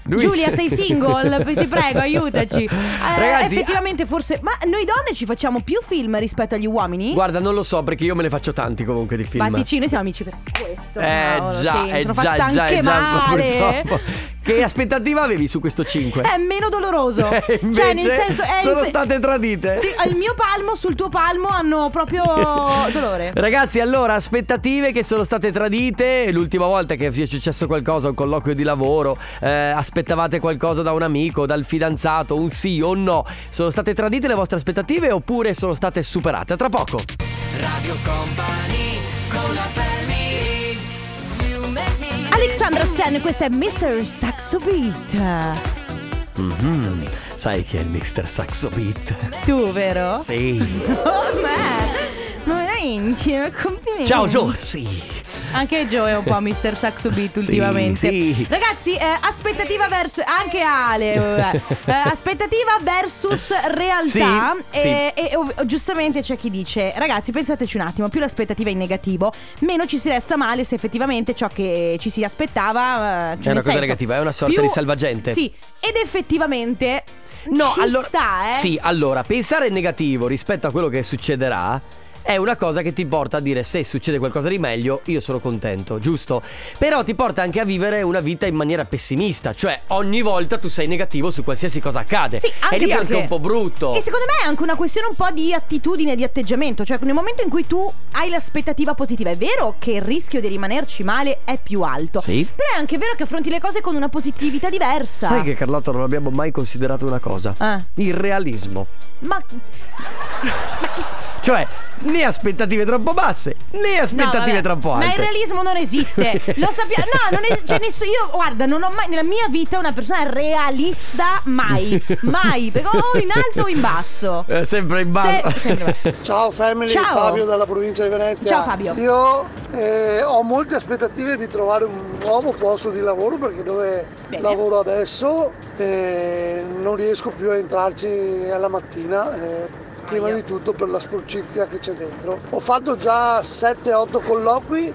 Speaker 1: Lui-
Speaker 2: Giulia, sei single? Ti prego, aiutaci. Eh,
Speaker 1: Ragazzi,
Speaker 2: effettivamente, forse. Ma noi donne ci facciamo più film rispetto agli uomini?
Speaker 1: guarda, non lo so perché io me ne faccio tanti comunque di film.
Speaker 2: Battici, noi siamo amici per questo.
Speaker 1: Eh
Speaker 2: cavolo,
Speaker 1: già,
Speaker 2: sì, mi
Speaker 1: eh
Speaker 2: sono
Speaker 1: già,
Speaker 2: fatta
Speaker 1: già,
Speaker 2: anche
Speaker 1: eh già,
Speaker 2: male.
Speaker 1: purtroppo. Che aspettativa avevi su questo 5?
Speaker 2: È meno doloroso. cioè, nel senso. È
Speaker 1: Eh, sono
Speaker 2: inf-
Speaker 1: state tradite.
Speaker 2: sì, al mio palmo, sul tuo palmo hanno proprio dolore.
Speaker 1: Ragazzi, allora, aspettative che sono state tradite. L'ultima volta che vi è successo qualcosa, un colloquio di lavoro, eh, aspettavate qualcosa da un amico, dal fidanzato, un sì o un no. Sono state tradite le vostre aspettative oppure sono state superate? A Tra poco.
Speaker 3: Radio Company con la family
Speaker 2: Alexandra Stan, questa è Mr. Saxo Beat.
Speaker 1: Mhm. Sai chi è il Mr. Saxo Beat?
Speaker 2: Tu, vero?
Speaker 1: Sì.
Speaker 2: Oh, beh. Ma veramente, ma complimenti.
Speaker 1: Ciao Gio, sì.
Speaker 2: Anche Joe è un po' Mr. Saxo Beat ultimamente.
Speaker 1: sì.
Speaker 2: Ragazzi, eh, aspettativa verso. Anche Ale. vabbè. Eh, aspettativa versus realtà.
Speaker 1: Sì,
Speaker 2: e, e ov- giustamente c'è chi dice: Ragazzi, pensateci un attimo: più l'aspettativa è in negativo, meno ci si resta male se effettivamente ciò che ci si aspettava.
Speaker 1: È una
Speaker 2: eh, cioè, nel
Speaker 1: cosa
Speaker 2: senso,
Speaker 1: negativa, è una sorta di salvagente.
Speaker 2: Sì, ed effettivamente.
Speaker 1: No,
Speaker 2: ci
Speaker 1: allora,
Speaker 2: sta, eh.
Speaker 1: Sì, allora, pensare in negativo rispetto a quello che succederà è una cosa che ti porta a dire se succede qualcosa di meglio, io sono contento, giusto? Però ti porta anche a vivere una vita in maniera pessimista, cioè ogni volta tu sei negativo su qualsiasi cosa accade.
Speaker 2: Sì, anche
Speaker 1: e lì è anche
Speaker 2: perché-
Speaker 1: un po' brutto.
Speaker 2: E secondo me è anche una questione un po' di attitudine, di atteggiamento. Cioè, nel momento in cui tu hai l'aspettativa positiva, è vero che il rischio di rimanerci male è più alto.
Speaker 1: Sì.
Speaker 2: Però è anche vero che affronti le cose con una positività diversa.
Speaker 1: Sai che Carlotta non abbiamo mai considerato una cosa?
Speaker 2: Eh.
Speaker 1: Il realismo.
Speaker 2: Ma.
Speaker 1: Cioè, né aspettative troppo basse, né aspettative
Speaker 2: no, vabbè.
Speaker 1: troppo alte.
Speaker 2: Ma il realismo non esiste. Lo sappiamo. No, non esiste. Cioè, nessu- io, guarda, non ho mai. Nella mia vita una persona realista mai. Mai. Perché o in alto o in basso.
Speaker 1: È sempre in basso.
Speaker 2: Se- sempre-
Speaker 13: Ciao family,
Speaker 2: Ciao.
Speaker 13: Fabio dalla provincia di Venezia.
Speaker 2: Ciao, Fabio.
Speaker 13: Io eh, ho molte aspettative di trovare un nuovo posto di lavoro perché dove lavoro adesso eh, non riesco più a entrarci alla mattina. eh, Prima di tutto per la sporcizia che c'è dentro. Ho fatto già 7-8 colloqui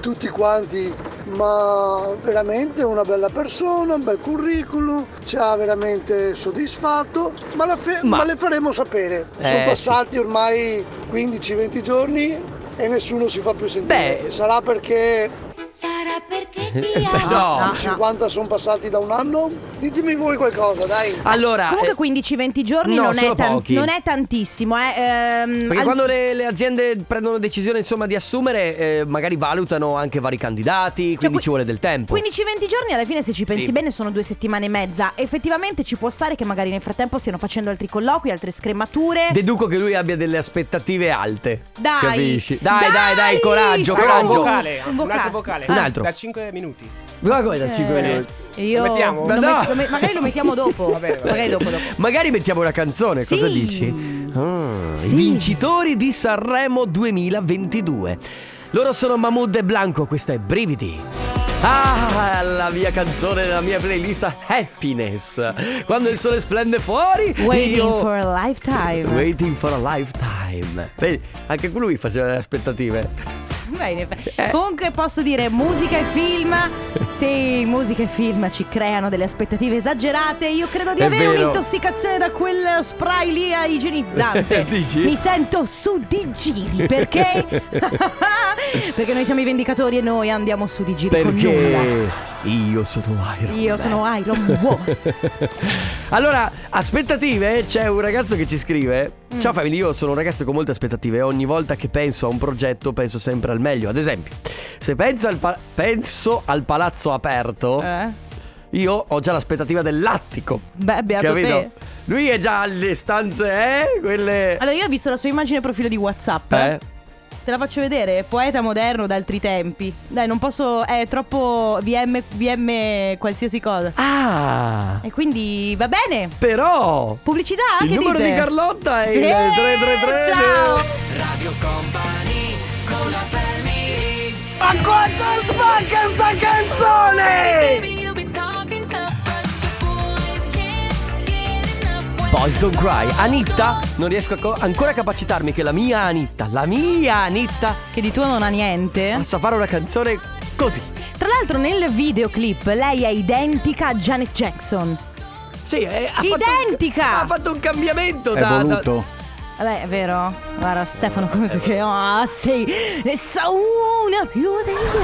Speaker 13: tutti quanti, ma veramente una bella persona, un bel curriculum, ci ha veramente soddisfatto, ma, la fe-
Speaker 1: Ma-
Speaker 13: ma le faremo sapere.
Speaker 1: Eh,
Speaker 13: Sono
Speaker 1: sì.
Speaker 13: passati ormai 15-20 giorni e nessuno si fa più sentire.
Speaker 1: Beh.
Speaker 13: Sarà perché...
Speaker 10: Sarà perché
Speaker 1: Beh, no.
Speaker 13: i 50 sono passati da un anno? Ditemi voi qualcosa, dai.
Speaker 1: Allora, eh,
Speaker 2: Comunque 15-20 giorni
Speaker 1: no,
Speaker 2: non, è
Speaker 1: sono
Speaker 2: tan-
Speaker 1: pochi.
Speaker 2: non è tantissimo. eh. Ehm,
Speaker 1: Perché
Speaker 2: al-
Speaker 1: quando le, le aziende prendono decisione insomma di assumere, eh, magari valutano anche vari candidati, quindi
Speaker 2: Cioè, qui-
Speaker 1: ci vuole del tempo.
Speaker 2: 15-20 giorni alla fine se ci pensi
Speaker 1: Sì.
Speaker 2: bene sono due settimane e mezza. Effettivamente ci può stare che magari nel frattempo stiano facendo altri colloqui, altre scremature.
Speaker 1: Deduco che lui abbia delle aspettative alte.
Speaker 2: Dai.
Speaker 1: Capisci? Dai, dai, dai,
Speaker 2: Dai,
Speaker 1: coraggio,
Speaker 2: su.
Speaker 6: Un
Speaker 1: coraggio.
Speaker 6: vocale,
Speaker 2: Un
Speaker 6: un, altro
Speaker 2: vocale.
Speaker 6: vocale.
Speaker 1: Un altro.
Speaker 6: Da 5 minuti.
Speaker 1: Ma come da cinque
Speaker 2: Eh,
Speaker 1: minuti?
Speaker 2: Io
Speaker 6: Lo mettiamo?
Speaker 1: Ma
Speaker 2: lo
Speaker 1: no.
Speaker 2: met- lo me- magari lo mettiamo dopo.
Speaker 6: Va bene, va bene.
Speaker 2: Magari dopo, dopo.
Speaker 1: Magari mettiamo una canzone, cosa
Speaker 2: Sì.
Speaker 1: dici? Ah,
Speaker 2: Sì.
Speaker 1: I vincitori di Sanremo 2022. Loro sono Mahmood e Blanco, questa è Brividi. Ah, la mia canzone della mia playlist Happiness. Quando il sole splende fuori,
Speaker 2: Waiting
Speaker 1: io-
Speaker 2: for a lifetime.
Speaker 1: Waiting for a lifetime. Vedi, anche lui faceva le aspettative.
Speaker 2: Bene.
Speaker 1: Eh.
Speaker 2: Comunque posso dire musica e film. Sì, musica e film ci creano delle aspettative esagerate. Io credo di
Speaker 1: È
Speaker 2: avere
Speaker 1: vero.
Speaker 2: un'intossicazione da quel spray lì a igienizzante.
Speaker 1: Dici?
Speaker 2: Mi sento su di giri perché perché noi siamo i vendicatori e noi andiamo su di giri con nulla.
Speaker 1: Perché io sono Iron
Speaker 2: Io
Speaker 1: Man.
Speaker 2: sono Iron Woman.
Speaker 1: Allora, aspettative, c'è un ragazzo che ci scrive
Speaker 2: Mm.
Speaker 1: Ciao family, io sono un ragazzo con molte aspettative e ogni volta che penso a un progetto penso sempre al meglio Ad esempio, se penso al, pa- penso al palazzo aperto
Speaker 2: Eh?
Speaker 1: Io ho già l'aspettativa dell'attico
Speaker 2: Beh, beato
Speaker 1: Capito?
Speaker 2: te.
Speaker 1: Lui è già alle stanze, eh? Quelle...
Speaker 2: Allora io ho visto la sua immagine profilo di WhatsApp.
Speaker 1: Eh?
Speaker 2: Te la faccio vedere, poeta moderno d'altri tempi. Dai, non posso. È troppo VM, VM qualsiasi cosa.
Speaker 1: Ah!
Speaker 2: E quindi va bene.
Speaker 1: Però...
Speaker 2: Pubblicità
Speaker 1: Il
Speaker 2: anche
Speaker 1: numero
Speaker 2: dite?
Speaker 1: di Carlotta è
Speaker 2: Sì,
Speaker 1: il 333.
Speaker 2: Ciao.
Speaker 3: Radio Company con la family
Speaker 13: Ma quanto spacca sta canzone!
Speaker 3: Baby, you be talking tough, but your boys can't get enough.
Speaker 1: Boys Don't Cry. Anitta, non riesco a co- ancora a capacitarmi che la mia Anitta, la mia Anitta,
Speaker 2: che di tuo non ha
Speaker 3: Eh?
Speaker 2: niente,
Speaker 1: possa fare una canzone così.
Speaker 2: Tra l'altro nel videoclip lei è identica a Janet Jackson.
Speaker 1: Sì, eh, è
Speaker 2: Identica!
Speaker 1: Ha fatto un cambiamento
Speaker 14: È
Speaker 1: da, da-
Speaker 14: voluto.
Speaker 2: Vabbè, Eh è vero. Guarda, Stefano, come tu che ah, sei. Ne sa una più degli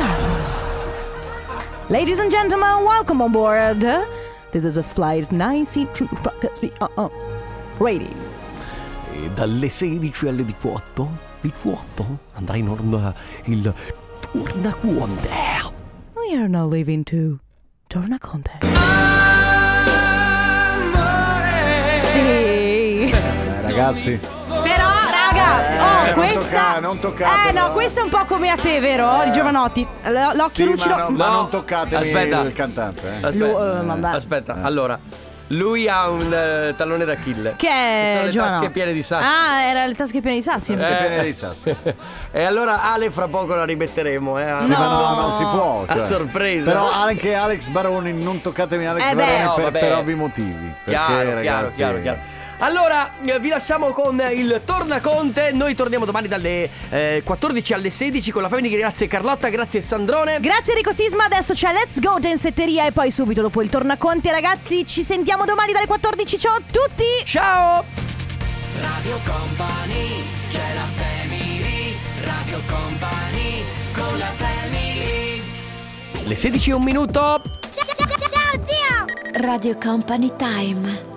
Speaker 2: Ladies and gentlemen, welcome on board. This is a flight 92 uh, uh, ready.
Speaker 1: E Eh, dalle 16 alle 18, 18 andrà in onda il Tornaconte.
Speaker 2: We are now leaving to Tornaconte. Sì.
Speaker 14: Eh, ragazzi.
Speaker 2: Però, raga, oh,
Speaker 14: Eh, non
Speaker 2: questa.
Speaker 14: tocca- non toccate,
Speaker 2: eh, no,
Speaker 14: no.
Speaker 2: questa è un po' come a te, vero? Il Giovanotti. L-
Speaker 14: Sì,
Speaker 2: L'occhio lucido.
Speaker 14: ma, no, ma non toccatemi
Speaker 1: Aspetta.
Speaker 14: il cantante. Eh.
Speaker 1: Aspetta,
Speaker 2: Lu- eh, vabbè.
Speaker 1: aspetta, allora, lui ha un eh, tallone d'Achille.
Speaker 2: Che
Speaker 1: Ci
Speaker 2: è
Speaker 1: sono le
Speaker 2: Giovanotti?
Speaker 1: tasche piene di sassi.
Speaker 2: Ah, era le tasche piene di sassi.
Speaker 14: Tasche
Speaker 1: Eh.
Speaker 14: piene di sassi.
Speaker 1: E allora Ale fra poco la rimetteremo, eh.
Speaker 14: Sì, ma no, non si può.
Speaker 1: A
Speaker 14: cioè.
Speaker 1: sorpresa.
Speaker 14: Però anche Alex Baroni, non toccatemi Alex
Speaker 2: Eh beh.
Speaker 14: Baroni
Speaker 1: No,
Speaker 14: per,
Speaker 1: vabbè.
Speaker 14: per ovvi motivi. Perché,
Speaker 1: Chiaro, chiaro,
Speaker 14: ragazzi,
Speaker 1: chiaro, chiaro. Allora, eh, vi lasciamo con il Tornaconte. Noi torniamo domani dalle eh, 14 alle 16 con la famiglia. Grazie Carlotta, grazie Sandrone.
Speaker 2: Grazie Enrico Sisma, adesso c'è Let's Go Gensetteria e poi subito dopo il tornaconti ragazzi ci sentiamo domani dalle 14, ciao a tutti!
Speaker 1: Ciao!
Speaker 3: Radio Company, c'è la family, Radio Company, con la family.
Speaker 1: Le 16 e un minuto.
Speaker 10: Ciao, ciao, ciao, ciao, zio! Radio Company Time.